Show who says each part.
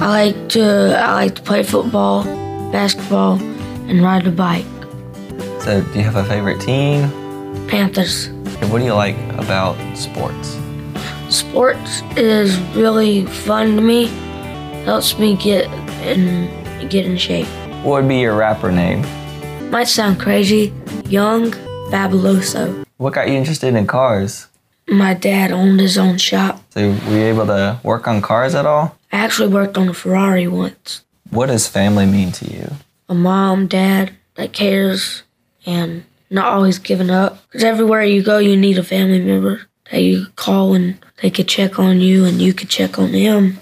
Speaker 1: I like to I like to play football, basketball, and ride a bike.
Speaker 2: So, do you have a favorite team?
Speaker 1: Panthers.
Speaker 2: And what do you like about sports?
Speaker 1: Sports is really fun to me. Helps me get in get in shape.
Speaker 2: What would be your rapper name?
Speaker 1: Might sound crazy, young fabuloso.
Speaker 2: What got you interested in cars?
Speaker 1: My dad owned his own shop.
Speaker 2: So, were you able to work on cars at all?
Speaker 1: I actually worked on a Ferrari once.
Speaker 2: What does family mean to you?
Speaker 1: A mom, dad that cares and not always giving up. Because everywhere you go, you need a family member that you call and they could check on you and you could check on them.